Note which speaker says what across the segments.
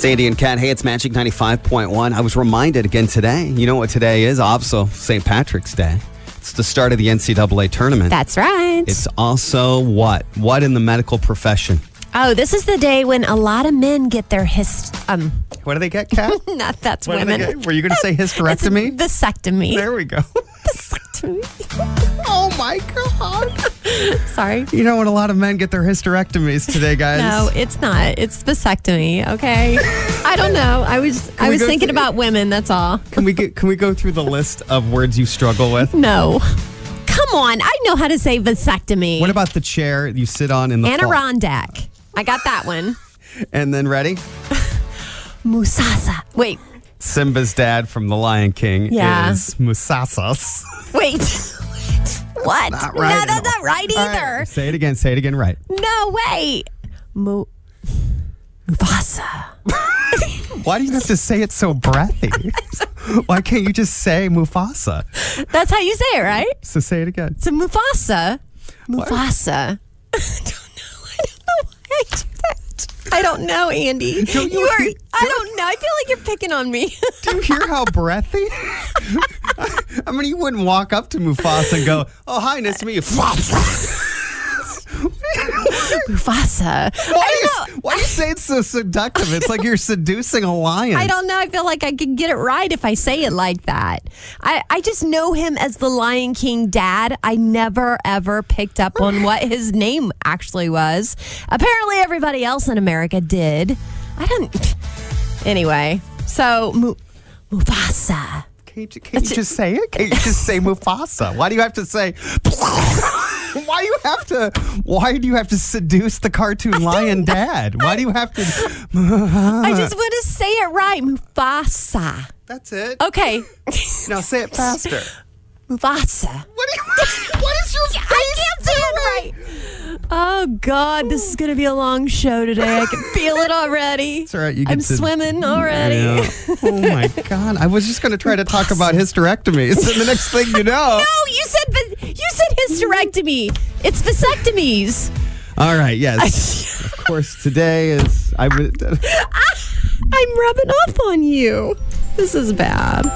Speaker 1: Sandy and Cat, hey, it's Magic 95.1. I was reminded again today. You know what today is? Also, St. Patrick's Day. It's the start of the NCAA tournament.
Speaker 2: That's right.
Speaker 1: it's also what? What in the medical profession?
Speaker 2: oh, this is the day when a lot of men get their hist. Um,
Speaker 1: What do they get, Cat?
Speaker 2: not that's
Speaker 1: What do they
Speaker 2: women.
Speaker 1: get? Were you going to say
Speaker 2: It's
Speaker 1: hysterectomy?
Speaker 2: vasectomy.
Speaker 1: there we go.
Speaker 2: Vasectomy.
Speaker 1: oh, my God.
Speaker 2: Sorry.
Speaker 1: You know what? A lot of men get their hysterectomies today, guys.
Speaker 2: No, it's not. It's vasectomy. Okay. I don't know. I was I
Speaker 1: we
Speaker 2: was
Speaker 1: go
Speaker 2: thinking
Speaker 1: through-
Speaker 2: about women. That's all.
Speaker 1: Can we get? Can we go through the list of words you struggle with?
Speaker 2: No. Come on. I know how to say vasectomy.
Speaker 1: What about the chair you sit on in the fall?
Speaker 2: Anirondack. I got that one.
Speaker 1: And then ready?
Speaker 2: Musasa. Wait.
Speaker 1: Simba's dad from The Lion King
Speaker 2: Yeah.
Speaker 1: is Musasas.
Speaker 2: Wait. what?
Speaker 1: Not right at
Speaker 2: no,
Speaker 1: all.
Speaker 2: that's not right
Speaker 1: All right,
Speaker 2: either.
Speaker 1: Say it again. Say it again. Right.
Speaker 2: No way. Mu- Mufasa.
Speaker 1: Why do you have to say it so breathy? Why can't you just say Mufasa?
Speaker 2: That's how you say it, right?
Speaker 1: So say it again.
Speaker 2: So Mufasa. Mufasa. I don't know. I don't know why I do that. I don't know, Andy.
Speaker 1: Don't you-
Speaker 2: you are. I don't know. I feel like you're picking on me.
Speaker 1: Do you hear how breathy? I mean, you wouldn't walk up to Mufasa and go, "Oh, hi, nice to meet you." Mufasa. Why
Speaker 2: Mufasa. I
Speaker 1: do
Speaker 2: don't know.
Speaker 1: you, why do you say it so seductive? It's like you're seducing a lion.
Speaker 2: I don't know. I feel like I could get it right if I say it like that. I, I just know him as the Lion King dad. I never ever picked up on what his name actually was. Apparently, everybody else in America did. I don't. Anyway, so Mu- Mufasa.
Speaker 1: Can't you, can't you just say it? Can't you just say Mufasa? Why do you have to say? Why do you have to? Why do you have to seduce the cartoon lion dad? Why do you have to?
Speaker 2: I just want to say it right, Mufasa.
Speaker 1: That's it.
Speaker 2: Okay,
Speaker 1: Now say it faster.
Speaker 2: Mufasa.
Speaker 1: What, do you, what is your face?
Speaker 2: I can't say it right. Oh God, this is gonna be a long show today. I can feel it already.
Speaker 1: all right, you
Speaker 2: I'm
Speaker 1: get to-
Speaker 2: swimming already.
Speaker 1: Yeah. Oh my god! I was just going to try to talk about hysterectomies, and the next thing you know.
Speaker 2: No, you said vas- you said hysterectomy. It's vasectomies.
Speaker 1: All right. Yes. of course, today is. I would.
Speaker 2: I'm rubbing off on you. This is bad.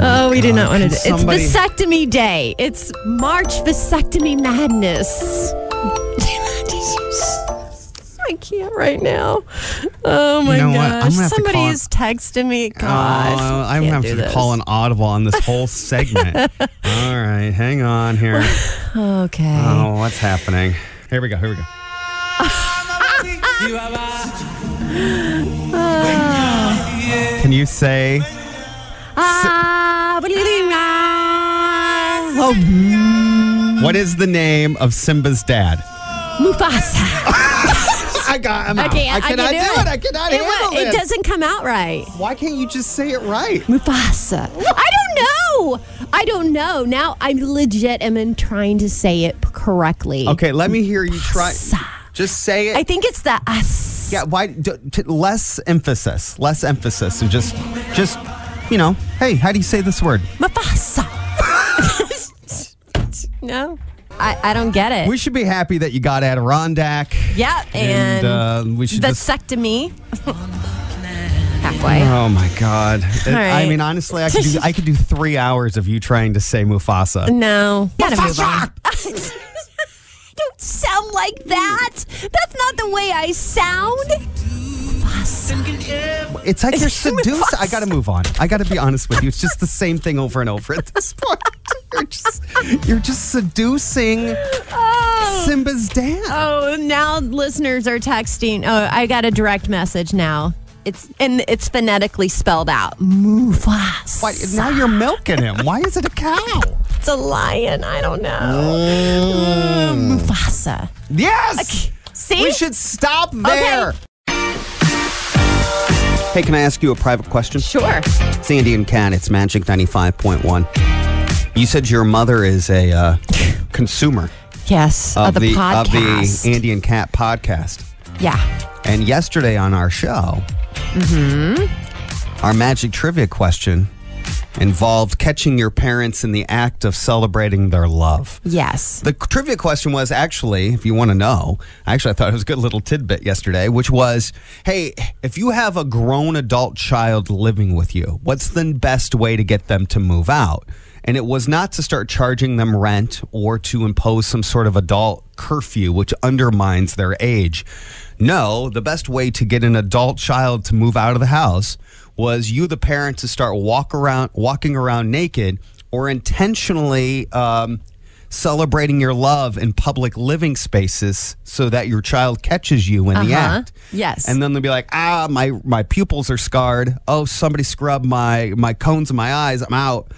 Speaker 2: Oh, we do
Speaker 1: God.
Speaker 2: not want to.
Speaker 1: Can
Speaker 2: do It's
Speaker 1: somebody-
Speaker 2: vasectomy day. It's March vasectomy madness. I can't right now. Oh my
Speaker 1: know what? I'm gonna
Speaker 2: gosh!
Speaker 1: have to
Speaker 2: Somebody
Speaker 1: call-
Speaker 2: is texting me.
Speaker 1: Oh,
Speaker 2: Gosh,
Speaker 1: I'm going
Speaker 2: can't
Speaker 1: to
Speaker 2: do
Speaker 1: have to
Speaker 2: this.
Speaker 1: call an audible on this whole segment. All right, hang on here.
Speaker 2: Okay.
Speaker 1: Oh, what's happening? Here we go. Here we go. Can you say?
Speaker 2: Ah, what do you think? Ah, oh,
Speaker 1: What is the name of Simba's dad?
Speaker 2: Mufasa.
Speaker 1: I got. I'm out.
Speaker 2: Okay, I,
Speaker 1: cannot
Speaker 2: can do,
Speaker 1: it. I cannot
Speaker 2: it, wa-
Speaker 1: handle
Speaker 2: it
Speaker 1: it.
Speaker 2: doesn't come out right.
Speaker 1: Why can't you just say it right?
Speaker 2: Mufasa. I don't know. I don't know. Now I legit am in trying to say it correctly.
Speaker 1: Okay, let me hear you try.
Speaker 2: Mufasa.
Speaker 1: Just say it.
Speaker 2: I think it's the us.
Speaker 1: yeah. Why? D- t- less emphasis. Less emphasis, and just, just, you know. Hey, how do you say this word?
Speaker 2: Mufasa. no, I, I don't get it.
Speaker 1: We should be happy that you got Adirondack.
Speaker 2: yeah,
Speaker 1: And,
Speaker 2: and,
Speaker 1: uh, we should just.
Speaker 2: vasectomy. Halfway.
Speaker 1: Oh my God! It- I
Speaker 2: right.
Speaker 1: mean, honestly, I could do I could do three hours of you trying to say Mufasa.
Speaker 2: No. Gotta move
Speaker 1: Mufasa!
Speaker 2: on. Don't sound like that. That's not the way I sound.
Speaker 1: It's like you're seduced.
Speaker 2: Mufasa.
Speaker 1: I got to move on. I got to be honest with you. It's just the same thing over and over at this point. You're just you're just seducing
Speaker 2: Oh.
Speaker 1: Simba's dad.
Speaker 2: Oh, now listeners are texting. Oh, I got a direct message now. It's and it's phonetically spelled out. Mufasa.
Speaker 1: Why, now you're milking him. Why is it a cow?
Speaker 2: It's a lion. I don't know. Mufasa.
Speaker 1: Yes.
Speaker 2: See?
Speaker 1: Mm. We should stop there.
Speaker 2: Okay.
Speaker 1: Hey, can I ask you a private question?
Speaker 2: Sure.
Speaker 1: Sandy and Cat, it's Magic 95.1. You said your mother is a uh, consumer
Speaker 2: Yes. Of,
Speaker 1: of,
Speaker 2: the,
Speaker 1: of
Speaker 2: podcast.
Speaker 1: the Andy and Cat podcast.
Speaker 2: yeah.
Speaker 1: And
Speaker 2: Mm-hmm.
Speaker 1: yesterday on our show, our magic trivia question involved catching your parents in the act of celebrating their love.
Speaker 2: Yes.
Speaker 1: The trivia question was actually, if you want to know, actually, I thought it was a good little tidbit yesterday, which was hey, if you have a grown adult child living with you, what's the best way to get them to move out? And it was not to start charging them rent or to impose some sort of adult curfew, which undermines their age. No, the best way to get an adult child to move out of the house was you, the parent, to start walk around, walking around naked or intentionally um, celebrating your love in public living spaces so that your child catches you in the
Speaker 2: Uh-huh.
Speaker 1: act.
Speaker 2: Yes.
Speaker 1: And then they'll be like, ah, my, my pupils are scarred. Oh, somebody scrubbed my, my cones in my eyes. I'm out.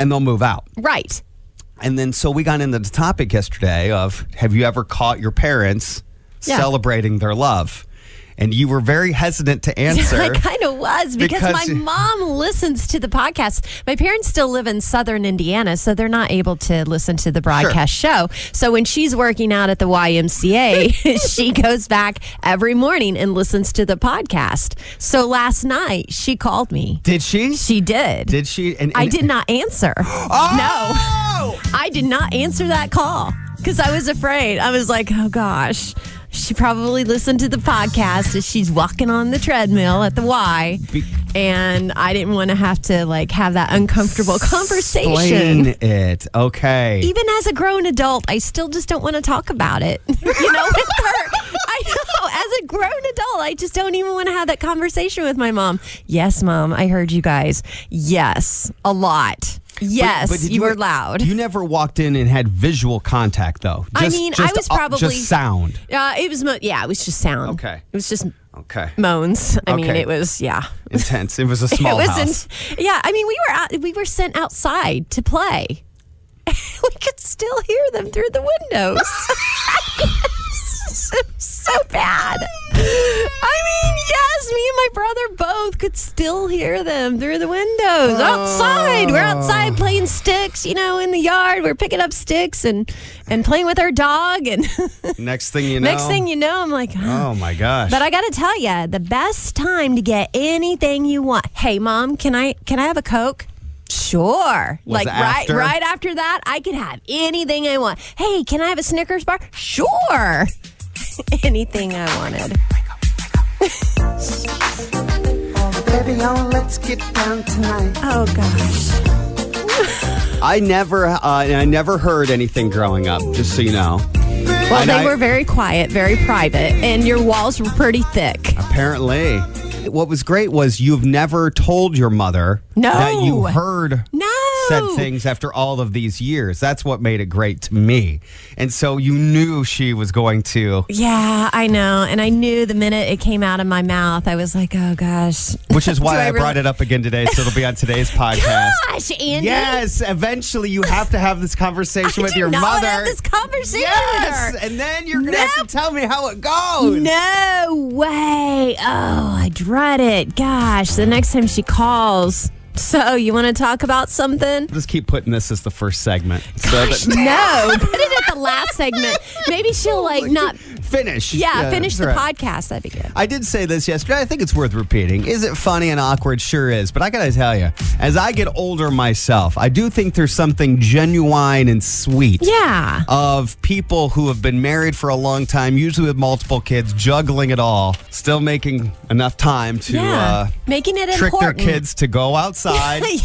Speaker 1: And they'll move out.
Speaker 2: Right.
Speaker 1: And then so we got into the topic yesterday of have you ever caught your parents
Speaker 2: Yeah.
Speaker 1: celebrating their love? And you were very hesitant to answer.
Speaker 2: I kind of was because,
Speaker 1: Because-
Speaker 2: my mom listens to the podcast. My parents still live in southern Indiana, so they're not able to listen to the broadcast show. So when she's working out at the YMCA, she goes back every morning and listens to the podcast. So last night she called me.
Speaker 1: Did she?
Speaker 2: She did.
Speaker 1: Did she? And,
Speaker 2: I
Speaker 1: and-
Speaker 2: did not answer. No.
Speaker 1: Oh!
Speaker 2: I did not answer that call because I was afraid. I was like, oh gosh, she probably listened to the podcast as she's walking on the treadmill at the Y.
Speaker 1: Be-
Speaker 2: and I didn't want to have to like have that uncomfortable conversation.
Speaker 1: Explain it. Okay.
Speaker 2: Even as a grown adult, I still just don't want to talk about it. you know, with her. I know. As a grown adult, I just don't even want to have that conversation with my mom. Yes, mom, I heard you guys. Yes, a lot. Yes,
Speaker 1: But did
Speaker 2: you, were loud.
Speaker 1: You e-" never walked in and had visual contact, though.
Speaker 2: I
Speaker 1: Just-
Speaker 2: mean, I
Speaker 1: just,
Speaker 2: was
Speaker 1: uh,
Speaker 2: probably-
Speaker 1: just sound.
Speaker 2: Uh, it was, mo- yeah, it was just sound.
Speaker 1: Okay.
Speaker 2: It was just
Speaker 1: Okay,
Speaker 2: moans. I mean,
Speaker 1: Okay.
Speaker 2: it was, yeah.
Speaker 1: intense. It was a small
Speaker 2: it was
Speaker 1: house.
Speaker 2: in- yeah, I mean, we were out, we were sent outside to play. we could still hear them through the windows. so, so bad. I mean, yes, me and my brother both could still hear them through the windows outside. We're outside playing sticks, you know, in the yard. We're picking up sticks and and playing with our dog. And
Speaker 1: Next thing you know.
Speaker 2: next thing you know, I'm like,
Speaker 1: Oh my gosh.
Speaker 2: but I got to tell you, the best time to get anything you want. Hey, mom, can I can I have a coke? Sure.
Speaker 1: Was
Speaker 2: like
Speaker 1: it
Speaker 2: right
Speaker 1: after?
Speaker 2: right after that, I could have anything I want. Hey, can I have a Snickers bar? Sure. anything I wanted.
Speaker 3: Baby, oh, let's get down tonight.
Speaker 2: Oh gosh.
Speaker 1: I never, uh, I never heard anything growing up. Just so you know.
Speaker 2: Well,
Speaker 1: And
Speaker 2: they
Speaker 1: I-
Speaker 2: were very quiet, very private, and your walls were pretty thick.
Speaker 1: Apparently. What was great was you've never told your mother
Speaker 2: No.
Speaker 1: that you heard
Speaker 2: No.
Speaker 1: said things after all of these years. That's what made it great to me. And so you knew she was going to,
Speaker 2: Yeah, I know. And I knew the minute it came out of my mouth, I was like, oh gosh.
Speaker 1: which is
Speaker 2: Do
Speaker 1: why I,
Speaker 2: really-
Speaker 1: brought it up again today. So it'll be on today's podcast.
Speaker 2: Gosh, Andy.
Speaker 1: Yes, eventually you have to have this conversation
Speaker 2: I
Speaker 1: with
Speaker 2: did
Speaker 1: your
Speaker 2: not
Speaker 1: mother.
Speaker 2: have this conversation
Speaker 1: yes,
Speaker 2: with her.
Speaker 1: and then you're gonna have to tell me how it goes.
Speaker 2: No way. Oh, I dread it. Gosh, the next time she calls. So, you want to talk about something?
Speaker 1: Just keep putting this as the first segment. So
Speaker 2: Gosh,
Speaker 1: that-
Speaker 2: no. Put it at the last segment. Maybe
Speaker 1: Oh
Speaker 2: she'll like not.
Speaker 1: finish.
Speaker 2: Yeah, finish
Speaker 1: that's
Speaker 2: the
Speaker 1: right.
Speaker 2: podcast. That'd be good.
Speaker 1: I did say this yesterday. I think it's worth repeating. Is it funny and awkward? Sure is. But I got to tell you, as I get older myself, I do think there's something genuine and sweet
Speaker 2: Yeah.
Speaker 1: Uh, of people who have been married for a long time, usually with multiple kids, juggling it all, still making enough time to
Speaker 2: yeah.
Speaker 1: uh,
Speaker 2: Making it
Speaker 1: trick
Speaker 2: important.
Speaker 1: their kids to go outside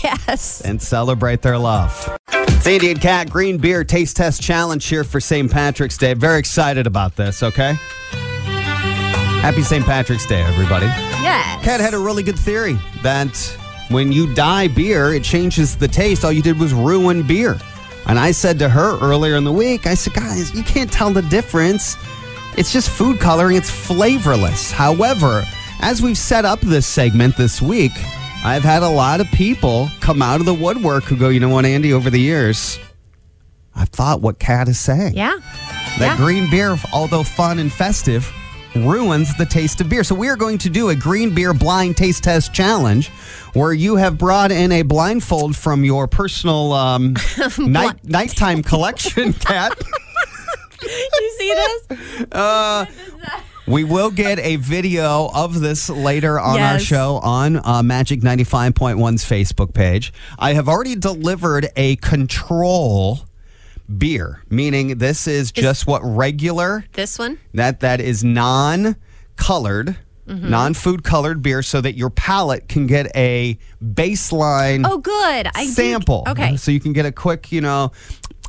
Speaker 2: yes.
Speaker 1: and celebrate their love. It's Andy and Cat Green Beer Taste Test Challenge here for St. Patrick's Day. Very excited about this, okay? Happy St. Patrick's Day, everybody.
Speaker 2: Yes.
Speaker 1: Cat had a really good theory that when you dye beer, it changes the taste. All you did was ruin beer. And I said to her earlier in the week, I said, guys, you can't tell the difference. It's just food coloring, it's flavorless. However, as we've set up this segment this week, I've had a lot of people come out of the woodwork who go, you know what, Andy, over the years, I thought what Cat is saying.
Speaker 2: yeah.
Speaker 1: That
Speaker 2: yeah.
Speaker 1: green beer, although fun and festive, ruins the taste of beer. So we are going to do a green beer blind taste test challenge, where you have brought in a blindfold from your personal um, night nighttime collection, cat.
Speaker 2: you see this?
Speaker 1: Uh, We will get a video of this later on our
Speaker 2: Yes.
Speaker 1: show on uh, Magic 95.1's Facebook page. I have already delivered a control beer, meaning this is just what regular
Speaker 2: This one?
Speaker 1: that that is non-colored,
Speaker 2: Mm-hmm.
Speaker 1: non-food colored beer so that your palate can get a baseline
Speaker 2: Oh, good. I think-
Speaker 1: sample. Uh-huh.
Speaker 2: okay. Mm-hmm.
Speaker 1: So you can get a quick, you know,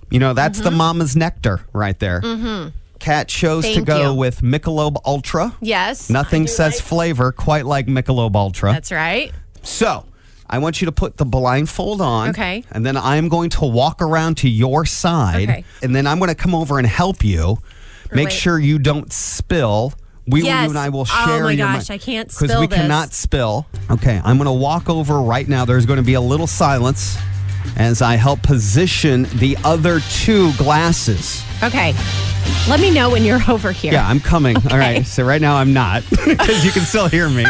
Speaker 1: you know, that's the mama's nectar right there. Mm-hmm. Cat chose to
Speaker 2: Thank
Speaker 1: go
Speaker 2: you.
Speaker 1: with Michelob Ultra.
Speaker 2: Yes.
Speaker 1: Nothing says flavor quite like Michelob Ultra.
Speaker 2: That's right.
Speaker 1: so, I want you to put the blindfold on.
Speaker 2: Okay.
Speaker 1: And then I'm going to walk around to your side.
Speaker 2: Okay.
Speaker 1: And then I'm going to come over and help you. Make
Speaker 2: wait.
Speaker 1: sure you don't spill. We, will-
Speaker 2: Yes.
Speaker 1: you and I will
Speaker 2: Oh
Speaker 1: share.
Speaker 2: my
Speaker 1: your
Speaker 2: gosh,
Speaker 1: mi-
Speaker 2: I can't
Speaker 1: Because
Speaker 2: spill
Speaker 1: we
Speaker 2: this.
Speaker 1: cannot spill. Okay, I'm going to walk over right now. There's going to be a little silence as I help position the other two glasses.
Speaker 2: Okay. Let me know when you're over here.
Speaker 1: Yeah, I'm coming. All right. So right now I'm not because you can still hear me.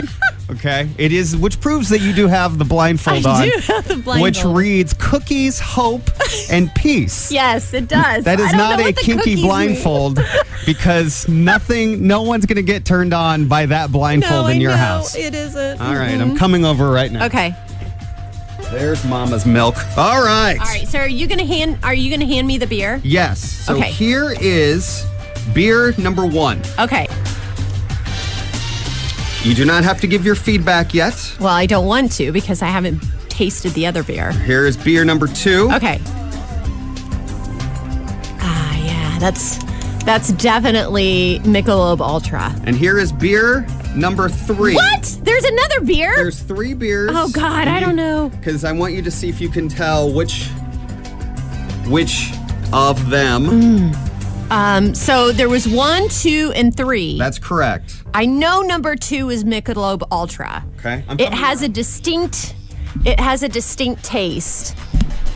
Speaker 1: Okay. It is, which proves that you do have the blindfold
Speaker 2: I
Speaker 1: on,
Speaker 2: do have the
Speaker 1: which
Speaker 2: blindfold.
Speaker 1: reads cookies, hope, and peace.
Speaker 2: Yes, it does.
Speaker 1: That
Speaker 2: I
Speaker 1: is
Speaker 2: don't
Speaker 1: not
Speaker 2: know
Speaker 1: a
Speaker 2: what the
Speaker 1: kinky
Speaker 2: cookies mean.
Speaker 1: blindfold because nothing, no one's going to get turned on by that
Speaker 2: No,
Speaker 1: blindfold in
Speaker 2: I
Speaker 1: your
Speaker 2: know.
Speaker 1: house.
Speaker 2: It isn't.
Speaker 1: All right, I'm coming over right now.
Speaker 2: Okay.
Speaker 1: There's Mama's milk. All right.
Speaker 2: All right. So are you gonna hand? Are you gonna hand me the beer?
Speaker 1: Yes. So
Speaker 2: Okay.
Speaker 1: here is beer number one.
Speaker 2: Okay.
Speaker 1: You do not have to give your feedback yet.
Speaker 2: Well, I don't want to because I haven't tasted the other beer.
Speaker 1: Here is beer number two.
Speaker 2: Okay. Ah, yeah. That's that's definitely Michelob Ultra.
Speaker 1: And here is beer number three.
Speaker 2: What? There's another beer?
Speaker 1: There's three beers.
Speaker 2: Oh, God, I don't know.
Speaker 1: Because I want you to see if you can tell which which of them.
Speaker 2: Mm. um. So there was one, two, and three.
Speaker 1: That's correct.
Speaker 2: I know number two is Michelob Ultra.
Speaker 1: Okay. I'm
Speaker 2: It
Speaker 1: coming
Speaker 2: has a distinct. It has a distinct taste.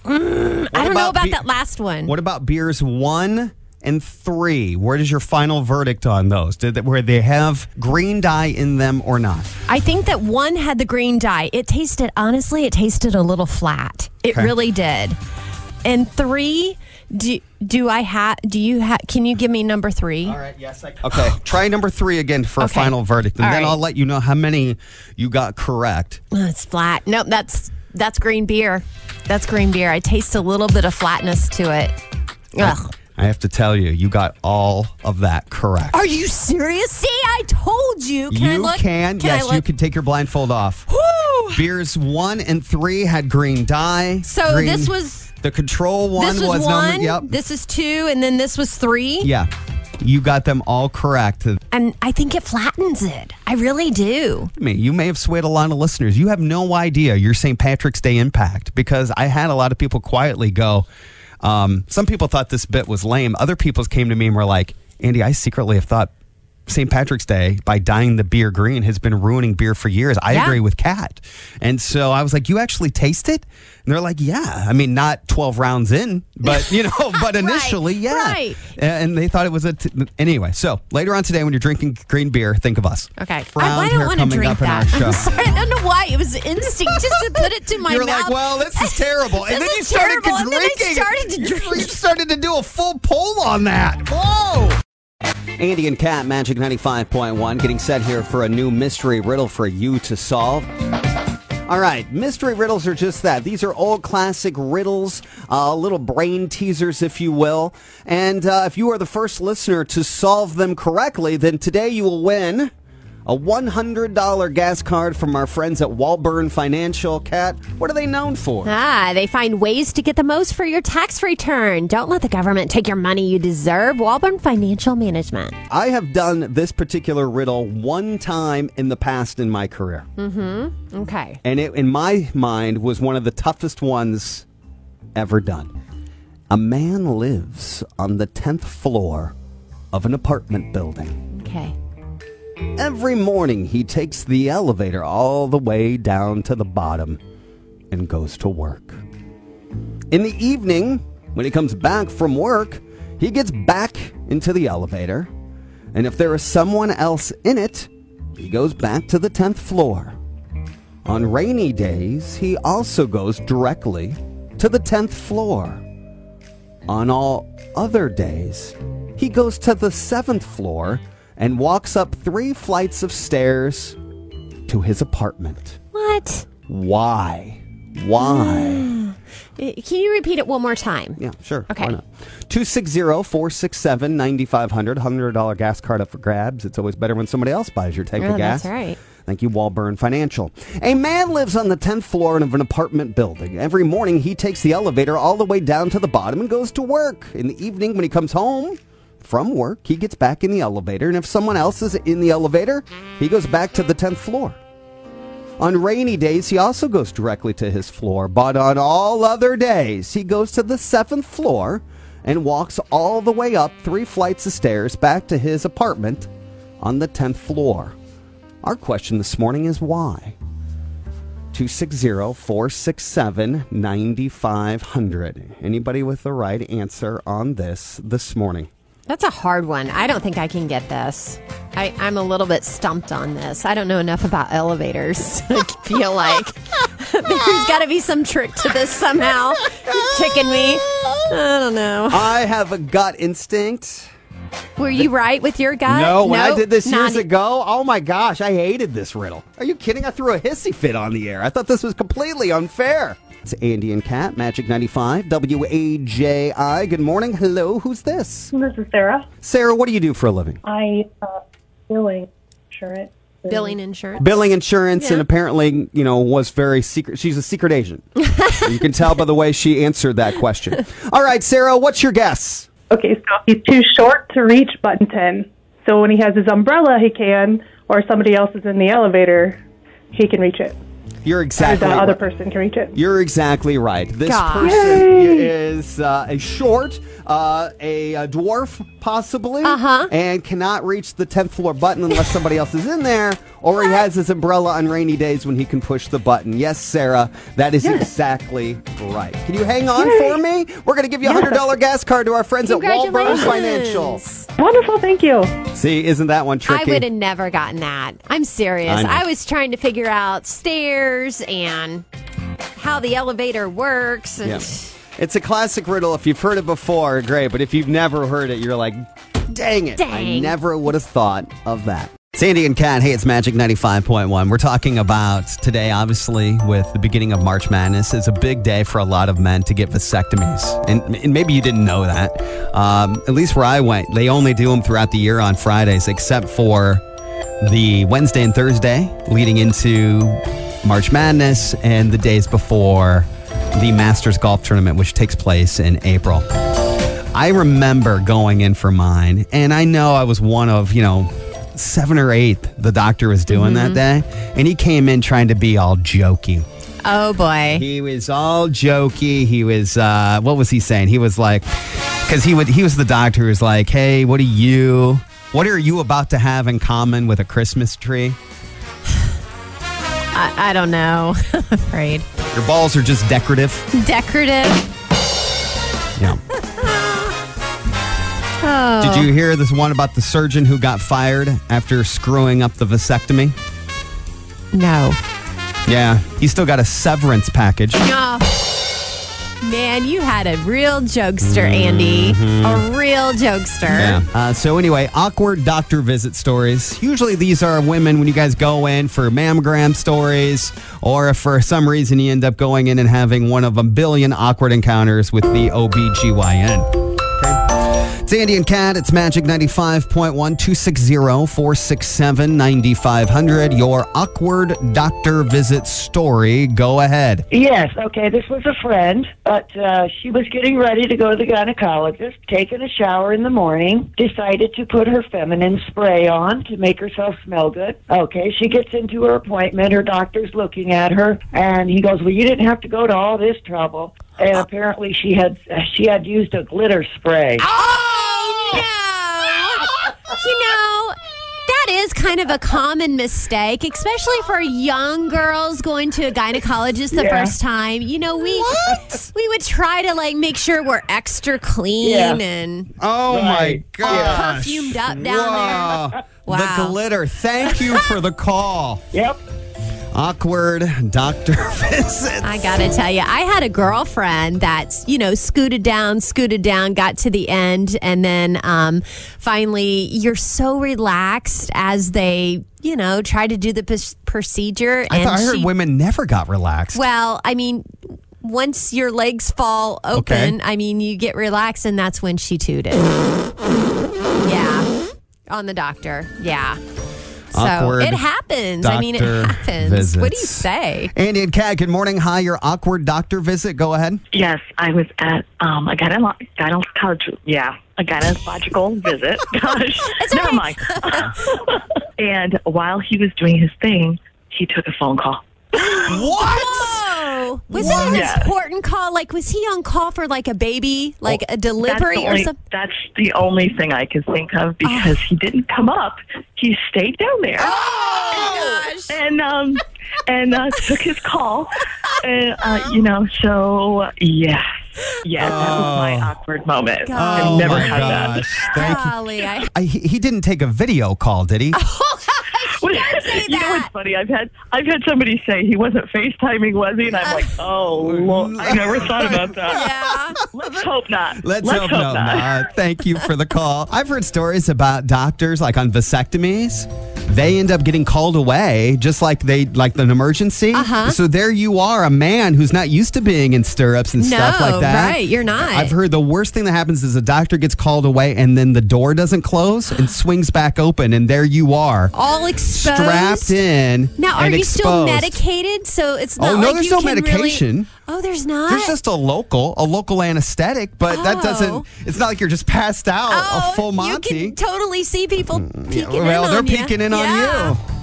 Speaker 2: Mm, I don't know
Speaker 1: about
Speaker 2: about
Speaker 1: be-
Speaker 2: that last one.
Speaker 1: What about beers one and three? Where is your final verdict on those? Did that where they have green dye in them or not?
Speaker 2: I think that one had the green dye. It tasted, honestly, it tasted a little flat. It
Speaker 1: Okay.
Speaker 2: really did. And three, do, do I have, do you have, can you give me number three?
Speaker 1: right. Yes. I Okay. Try number three again for a
Speaker 2: Okay.
Speaker 1: final verdict, and
Speaker 2: All
Speaker 1: then
Speaker 2: right.
Speaker 1: I'll let you know how many you got correct.
Speaker 2: Oh, it's flat. Nope, that's, that's green beer. That's green beer. I taste a little bit of flatness to it. Ugh.
Speaker 1: I have to tell you, you got all of that correct.
Speaker 2: Are you serious? See, I told you. Can I
Speaker 1: you
Speaker 2: look?
Speaker 1: can.
Speaker 2: I
Speaker 1: yes, you
Speaker 2: look?
Speaker 1: can take your blindfold off.
Speaker 2: Whew.
Speaker 1: Beers one and three had green dye.
Speaker 2: So
Speaker 1: Green-
Speaker 2: this was-
Speaker 1: the control one
Speaker 2: This was,
Speaker 1: number-
Speaker 2: one.
Speaker 1: Yep.
Speaker 2: This is two, and then this was three.
Speaker 1: yeah, you got them all correct. I
Speaker 2: And I think it flattens it. I really do.
Speaker 1: mean, you may have swayed a lot of listeners. You have no idea your St. Patrick's Day impact because I had a lot of people quietly go. Um, some people thought this bit was lame. Other people came to me and were like, "Andy, I secretly have thought." St. Patrick's Day by dyeing the beer green has been ruining beer for years. I
Speaker 2: Yeah.
Speaker 1: agree with Kat. And so I was like, You actually taste it? And they're like, Yeah. I mean, not 12 rounds in, but you know, but initially, yeah.
Speaker 2: right.
Speaker 1: A- And they thought it was a. T- anyway, so later on today, when you're drinking green beer, think of us.
Speaker 2: Okay.
Speaker 1: Round
Speaker 2: I, I
Speaker 1: here
Speaker 2: don't want to
Speaker 1: coming
Speaker 2: drink
Speaker 1: up in our
Speaker 2: that. I'm
Speaker 1: show.
Speaker 2: sorry. I don't know why. It was instinct just to put it to my
Speaker 1: you were
Speaker 2: mouth.
Speaker 1: like, well, this is terrible. And
Speaker 2: This
Speaker 1: then you
Speaker 2: is
Speaker 1: started
Speaker 2: terrible. And then I
Speaker 1: drinking.
Speaker 2: started to
Speaker 1: You- You
Speaker 2: drink.
Speaker 1: started to do a full poll on that. Whoa. Andy and Cat Magic 95.1 getting set here for a new mystery riddle for you to solve. All right, mystery riddles are just that. These are old classic riddles, uh, little brain teasers, if you will. And uh, if you are the first listener to solve them correctly, then today you will win a $100 gas card from our friends at Walburn Financial. Cat, what are they known for?
Speaker 2: Ah, they find ways to get the most for your tax return. Don't let the government take your money you deserve. Walburn Financial Management.
Speaker 1: I have done this particular riddle one time in the past in my career.
Speaker 2: Okay.
Speaker 1: and it in my mind was one of the toughest ones ever done. A man lives on the 10th floor of an apartment building.
Speaker 2: Okay.
Speaker 1: Every morning he takes the elevator all the way down to the bottom and goes to work. In the evening, when he comes back from work, he gets back into the elevator, and if there is someone else in it, he goes back to the 10th floor. On rainy days, he also goes directly to the 10th floor. On all other days, he goes to the 7th floor and walks up three flights of stairs to his apartment.
Speaker 2: What?
Speaker 1: Why? Why?
Speaker 2: Uh, Can you repeat it one more time?
Speaker 1: Yeah, sure.
Speaker 2: Okay.
Speaker 1: Why not? 260-467-9500. $100 gas card up for grabs. It's always better when somebody else buys your tank
Speaker 2: Oh,
Speaker 1: of gas.
Speaker 2: that's right.
Speaker 1: Thank you, Walburn Financial. A man lives on the 10th floor of an apartment building. Every morning, he takes the elevator all the way down to the bottom and goes to work. In the evening, when he comes home from work, he gets back in the elevator. And if someone else is in the elevator, he goes back to the 10th floor. On rainy days, he also goes directly to his floor, but on all other days, he goes to the seventh floor and walks all the way up three flights of stairs back to his apartment on the 10th floor. Our question this morning is why? 260 467 9500. Anybody with the right answer on this this morning?
Speaker 2: That's a hard one. I don't think I can get this. I, I'm a little bit stumped on this. I don't know enough about elevators. I feel like there's got to be some trick to this somehow. You're tricking me. I don't know.
Speaker 1: I have a gut instinct.
Speaker 2: Were you right with your guy?
Speaker 1: No, when I did this years
Speaker 2: not- e-
Speaker 1: ago, oh my gosh, I hated this riddle. Are you kidding? I threw a hissy fit on the air. I thought this was completely unfair. It's Andy and Cat, Magic 95, WAJI. Good morning. Hello, who's this?
Speaker 4: This is Sarah.
Speaker 1: Sarah, what do you do for a living?
Speaker 4: I uh, billing insurance.
Speaker 2: Billing insurance.
Speaker 1: Billing insurance, and
Speaker 2: Yeah.
Speaker 1: apparently, you know, was very secret. She's a secret agent. you can tell by the way she answered that question. All right, Sarah, what's your guess?
Speaker 4: Okay, so he's too short to reach button ten. So when he has his umbrella, he can, or somebody else is in the elevator, he can reach it.
Speaker 1: You're
Speaker 4: Or
Speaker 1: exactly
Speaker 4: the other
Speaker 1: right.
Speaker 4: person can reach it.
Speaker 1: You're exactly right. This
Speaker 2: Gosh.
Speaker 1: person is uh, a short, uh, a, a dwarf, possibly,
Speaker 2: Uh-huh.
Speaker 1: and cannot reach the 10th floor button unless somebody else is in there, or he has his umbrella on rainy days when he can push the button. Yes, Sarah, that is exactly right. Can you hang on for me? We're going to give you a $100 gas card to our friends at Walburn
Speaker 2: Congratulations.
Speaker 1: Financial.
Speaker 4: Wonderful, thank you.
Speaker 1: See, isn't that one
Speaker 2: I
Speaker 1: tricky?
Speaker 2: would have never gotten that. I'm serious.
Speaker 1: I know.
Speaker 2: I, was trying to figure out stairs and how the elevator works. And
Speaker 1: Yeah. It's a classic riddle. If you've heard it before, great. But if you've never heard it, you're like, dang it. I
Speaker 2: Dang.
Speaker 1: never would have thought of that. Sandy and Cat, hey, it's Magic 95.1. We're talking about today, obviously, with the beginning of March Madness. It's a big day for a lot of men to get vasectomies. And, and maybe you didn't know that. Um, at least where I went, they only do them throughout the year on Fridays, except for the Wednesday and Thursday leading into March Madness and the days before the Masters Golf Tournament, which takes place in April. I remember going in for mine, and I know I was one of, you know, seven or eight the doctor was doing that day, and he came in trying to be all jokey.
Speaker 2: Oh boy.
Speaker 1: He was all jokey. He was, uh, what was he saying? He was like, because he would, he was the doctor who was like, hey, what are you, what are you about to have in common with a Christmas tree?
Speaker 2: I, I don't know. I'm afraid.
Speaker 1: Your balls are just decorative.
Speaker 2: Decorative.
Speaker 1: Yeah. Did you hear this one about the surgeon who got fired after screwing up the vasectomy?
Speaker 2: No.
Speaker 1: Yeah, he still got a severance package.
Speaker 2: Oh. Man, you had a real jokester, Andy. A real jokester.
Speaker 1: Yeah. Uh, so anyway, awkward doctor visit stories. Usually these are women when you guys go in for mammogram stories, or if for some reason you end up going in and having one of a billion awkward encounters with the OBGYN. Okay. It's Andy and Cat. It's Magic 95.1 260 467 9500. Your awkward doctor visit story. Go ahead.
Speaker 5: Yes, okay, this was a friend, but uh, she was getting ready to go to the gynecologist, taking a shower in the morning, decided to put her feminine spray on to make herself smell good. Okay, she gets into her appointment, her doctor's looking at her, and he goes, "Well, you didn't have to go to all this trouble." And apparently she had she had used a glitter spray.
Speaker 2: Oh no! you know, that is kind of a common mistake, especially for young girls going to a gynecologist the
Speaker 5: Yeah.
Speaker 2: first time. You know, we we would try to like make sure we're extra clean
Speaker 5: Yeah.
Speaker 2: and
Speaker 1: Oh
Speaker 5: Right.
Speaker 1: my gosh.
Speaker 2: perfumed up down there.
Speaker 1: Wow. The
Speaker 2: Wow.
Speaker 1: glitter. Thank you for the call.
Speaker 5: Yep.
Speaker 1: Awkward Dr. Vincent.
Speaker 2: I gotta tell you, I had a girlfriend that's you know scooted down, scooted down, got to the end, and then um, finally you're so relaxed as they you know try to do the pos- procedure.
Speaker 1: I
Speaker 2: and
Speaker 1: thought I heard
Speaker 2: she-
Speaker 1: women never got relaxed.
Speaker 2: Well, I mean. Once your legs fall open,
Speaker 1: Okay.
Speaker 2: I mean, you get relaxed, and that's when she tooted. yeah. On the doctor. Yeah.
Speaker 1: Awkward
Speaker 2: so it happens. I mean, it
Speaker 1: doctor
Speaker 2: happens. What do you
Speaker 1: visits.
Speaker 2: say?
Speaker 1: Andy and Kat, good morning. Hi, your awkward doctor visit. Go ahead.
Speaker 6: Yes, I was at um, a gyne- gynecological. Yeah, a gynecological visit. Gosh, never mind. and while he was doing his thing, he took a phone call.
Speaker 1: What?
Speaker 2: Oh, was it an
Speaker 6: Yes.
Speaker 2: important call? Like, was he on call for like a baby, like a delivery
Speaker 6: Oh, that's
Speaker 2: or
Speaker 6: the only,
Speaker 2: something?
Speaker 6: That's the only thing I can think of because he didn't come up. He stayed down there. And um, and uh, took his call, and uh, you know, so yeah, yeah, that was my awkward moment.
Speaker 2: God.
Speaker 6: I've never
Speaker 1: Oh my
Speaker 6: had that.
Speaker 1: gosh. Thank you.
Speaker 2: Golly, I,
Speaker 1: I, he, he didn't take a video call, did he?
Speaker 6: you
Speaker 2: say
Speaker 6: know
Speaker 2: that.
Speaker 6: what's funny? I've had I've had somebody say he wasn't FaceTiming, was he? And I'm like, oh, Lord, I never thought about that.
Speaker 2: yeah.
Speaker 6: Let's hope not.
Speaker 1: Let's, hope, no. not. Thank you for the call. I've heard stories about doctors like on vasectomies. They end up getting called away, just like they like an emergency.
Speaker 2: Uh-huh.
Speaker 1: So there you are, a man who's not used to being in stirrups and stuff
Speaker 2: No,
Speaker 1: like that.
Speaker 2: right, you're not.
Speaker 1: I've heard the worst thing that happens is a doctor gets called away, and then the door doesn't close and swings back open, and there you are,
Speaker 2: All exposed.
Speaker 1: strapped in.
Speaker 2: Now, are
Speaker 1: and
Speaker 2: you still
Speaker 1: exposed.
Speaker 2: medicated? So it's not
Speaker 1: Oh, no,
Speaker 2: like
Speaker 1: there's
Speaker 2: you
Speaker 1: no
Speaker 2: can really-
Speaker 1: medication.
Speaker 2: Oh, there's not.
Speaker 1: There's just a local, a local anesthetic, but that
Speaker 2: Oh.
Speaker 1: doesn't. It's not like you're just passed out
Speaker 2: oh,
Speaker 1: a full Monty. Mm,
Speaker 2: You can totally see people peeking in
Speaker 1: well, they're
Speaker 2: on ya.
Speaker 1: peeking in on
Speaker 2: Yeah.
Speaker 1: you.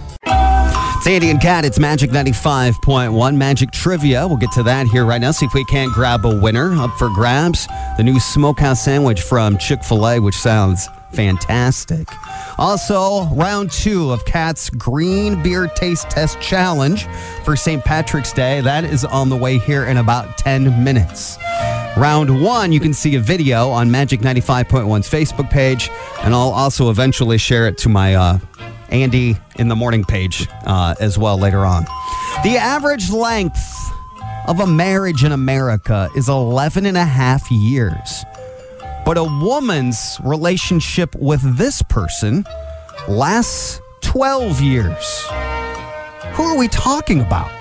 Speaker 1: It's Andy and Kat. It's Magic 95.1 Magic Trivia. We'll get to that here right now. See if we can't grab a winner. Up for grabs, the new smokehouse sandwich from Chick fil A, which sounds fantastic. Also, round two of Kat's Green Beer Taste Test Challenge for St. Patrick's Day. That is on the way here in about 10 minutes. Round one, you can see a video on Magic 95.1's Facebook page, and I'll also eventually share it to my uh, Andy in the morning page uh, as well later on. The average length of a marriage in America is 11 and a half years. But a woman's relationship with this person lasts 12 years. Who are we talking about?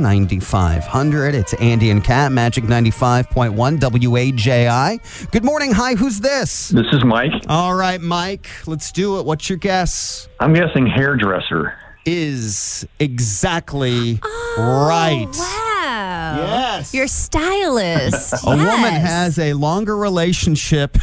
Speaker 1: 260-467-9500. It's Andy and Cat, Magic 95.1, WAJI. Good morning. Hi, who's this?
Speaker 7: This is Mike.
Speaker 1: All right, Mike, let's do it. What's your guess?
Speaker 7: I'm guessing hairdresser.
Speaker 1: Is exactly
Speaker 2: Oh,
Speaker 1: right.
Speaker 2: Wow.
Speaker 1: Yes.
Speaker 2: You're stylist.
Speaker 1: A woman has a longer relationship,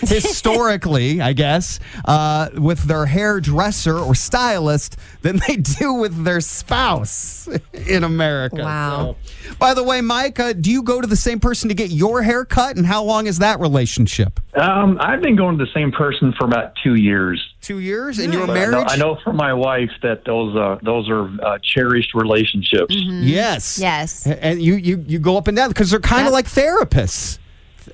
Speaker 1: historically, I guess, uh, with their hairdresser or stylist than they do with their spouse in America.
Speaker 2: Wow.
Speaker 1: So- By the way, Mike, uh, do you go to the same person to get your hair cut, and how long is that relationship?
Speaker 7: Um, I've been going to the same person for about two years.
Speaker 1: Two years, and you're
Speaker 7: But I
Speaker 1: married.
Speaker 7: know, I know from my wife that those uh, those are uh, cherished relationships.
Speaker 1: Mm-hmm. Yes.
Speaker 2: Mm. Yes.
Speaker 1: And you you you go up and down because they're kind of
Speaker 2: Yep.
Speaker 1: like therapists.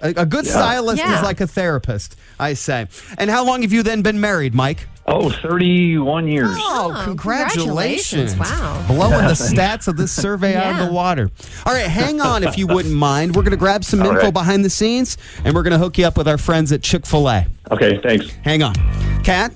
Speaker 1: A, a good stylist
Speaker 2: Yeah.
Speaker 1: is like a therapist, I say. And how long have you then been married, Mike?
Speaker 7: Oh, 31 years.
Speaker 1: Oh,
Speaker 2: congratulations.
Speaker 1: congratulations.
Speaker 2: Wow.
Speaker 1: Blowing the stats of this survey out of
Speaker 2: Yeah.
Speaker 1: the water. All right, hang on if you wouldn't mind. We're going to grab some
Speaker 7: All
Speaker 1: info
Speaker 7: right.
Speaker 1: behind the scenes and we're going to hook you up with our friends at Chick fil A.
Speaker 7: Okay, thanks.
Speaker 1: Hang on. Kat,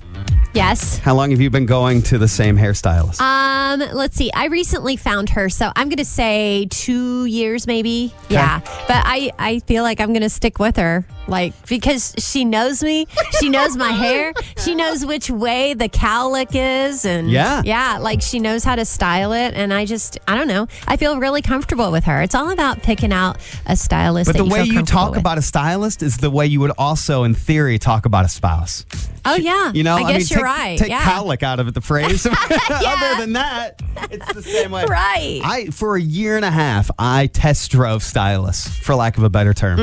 Speaker 2: Yes.
Speaker 1: how long have you been going to the same hairstylist?
Speaker 2: Um, let's see. I recently found her, so I'm gonna say two years, maybe. Yeah, but I I feel like I'm gonna stick with her, like because she knows me. She knows my hair. She knows which way the cowlick is, and
Speaker 1: Yeah.
Speaker 2: yeah, like she knows how to style it. And I just I don't know. I feel really comfortable with her. It's all about picking out a stylist.
Speaker 1: but
Speaker 2: that
Speaker 1: the way
Speaker 2: feel
Speaker 1: you
Speaker 2: comfortable
Speaker 1: talk
Speaker 2: with.
Speaker 1: about a stylist is the way you would also, in theory, talk about a spouse.
Speaker 2: Oh yeah.
Speaker 1: You know,
Speaker 2: I guess
Speaker 1: mean,
Speaker 2: you're
Speaker 1: take,
Speaker 2: right.
Speaker 1: Take
Speaker 2: yeah.
Speaker 1: cowlick out of it, the phrase. Other than that, it's the same way.
Speaker 2: Right.
Speaker 1: I for a year and a half, I test drove stylists, for lack of a better term.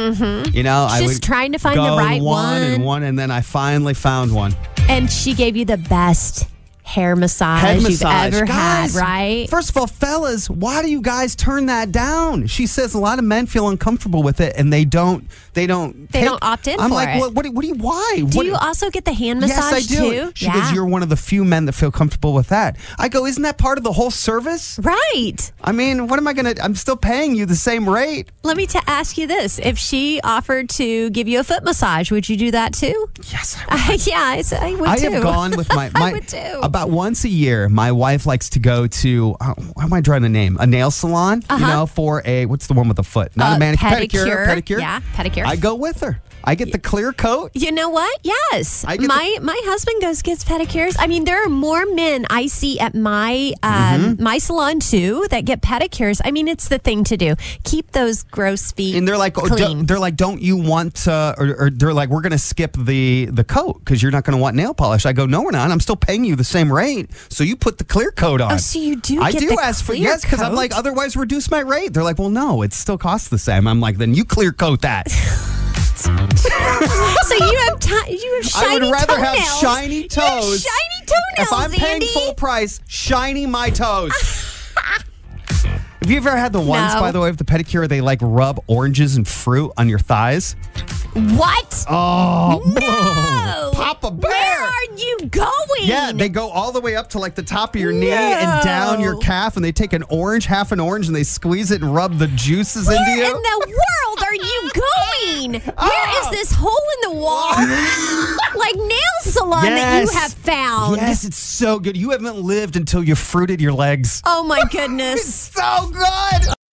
Speaker 1: You know, I
Speaker 2: Mm-hmm. Just
Speaker 1: would
Speaker 2: trying to find the
Speaker 1: go
Speaker 2: right
Speaker 1: one and
Speaker 2: one.
Speaker 1: one, and then I finally found one.
Speaker 2: and she gave you the best hair massage,
Speaker 1: Head massage.
Speaker 2: you've ever
Speaker 1: guys,
Speaker 2: had, right?
Speaker 1: First of all, fellas, why do you guys turn that down? She says a lot of men feel uncomfortable with it and they don't they don't
Speaker 2: They
Speaker 1: take-
Speaker 2: don't opt in
Speaker 1: I'm
Speaker 2: for
Speaker 1: like,
Speaker 2: it.
Speaker 1: What, what do- what do you why?
Speaker 2: Do
Speaker 1: What-
Speaker 2: you also get the hand
Speaker 1: Yes, I
Speaker 2: massage
Speaker 1: do.
Speaker 2: too?
Speaker 1: She goes, You're one of the few men that feel comfortable with that. I go, Isn't that part of the whole service?
Speaker 2: right.
Speaker 1: I mean, what am I gonna I'm still paying you the same rate.
Speaker 2: Let me to ask you this: If she offered to give you a foot massage, would you do that too?
Speaker 1: Yes,
Speaker 2: yeah, I, s- I would
Speaker 1: I
Speaker 2: too.
Speaker 1: have gone with my,
Speaker 2: I
Speaker 1: my
Speaker 2: would too.
Speaker 1: about once a year. My wife likes to go to uh, how am I drawing a name? A nail salon, you know, for a what's the one with the foot? Not
Speaker 2: Uh-huh. Uh,
Speaker 1: a manicure,
Speaker 2: pedicure.
Speaker 1: pedicure, pedicure.
Speaker 2: Yeah, pedicure.
Speaker 1: I go with her. I get the clear coat.
Speaker 2: You know what? Yes,
Speaker 1: I
Speaker 2: my
Speaker 1: get
Speaker 2: my husband goes gets pedicures. I mean, there are more men I see at my um,
Speaker 1: Mm-hmm.
Speaker 2: my salon too that get pedicures. I mean, it's the thing to do. Keep those gross feet.
Speaker 1: And they're like, oh,
Speaker 2: clean.
Speaker 1: do, they're like, don't you want? Uh, or, or they're like, we're gonna skip the the coat because you're not gonna want nail polish. I go, no, we're not. I'm still paying you the same rate, so you put the clear coat on.
Speaker 2: Oh, so you do
Speaker 1: I
Speaker 2: get
Speaker 1: do
Speaker 2: the
Speaker 1: ask for
Speaker 2: clear
Speaker 1: yes because I'm
Speaker 2: coat?
Speaker 1: like, otherwise reduce my rate. They're like, well, no, it still costs the same. I'm like, then you clear coat that.
Speaker 2: so you have ti you have shiny
Speaker 1: I would rather
Speaker 2: toenails.
Speaker 1: have shiny
Speaker 2: You have
Speaker 1: toes.
Speaker 2: shiny toenails.
Speaker 1: If I'm paying
Speaker 2: Andy.
Speaker 1: full price, shiny my toes. Have you ever had the ones,
Speaker 2: No.
Speaker 1: by the way, of the pedicure where they like rub oranges and fruit on your thighs?
Speaker 2: what?
Speaker 1: Oh,
Speaker 2: no,
Speaker 1: Papa Bear.
Speaker 2: Where are you going?
Speaker 1: Yeah, they go all the way up to like the top of your knee and down your
Speaker 2: No.
Speaker 1: calf, and they take an orange, half an orange, and they squeeze it and rub the juices
Speaker 2: Where
Speaker 1: into you.
Speaker 2: in the world are you going? Where is
Speaker 1: Oh.
Speaker 2: this hole in the wall, like nail salon that you
Speaker 1: Yes.
Speaker 2: have found?
Speaker 1: yes, it's so good. You haven't lived until you fruited your legs.
Speaker 2: Oh my goodness.
Speaker 1: So good.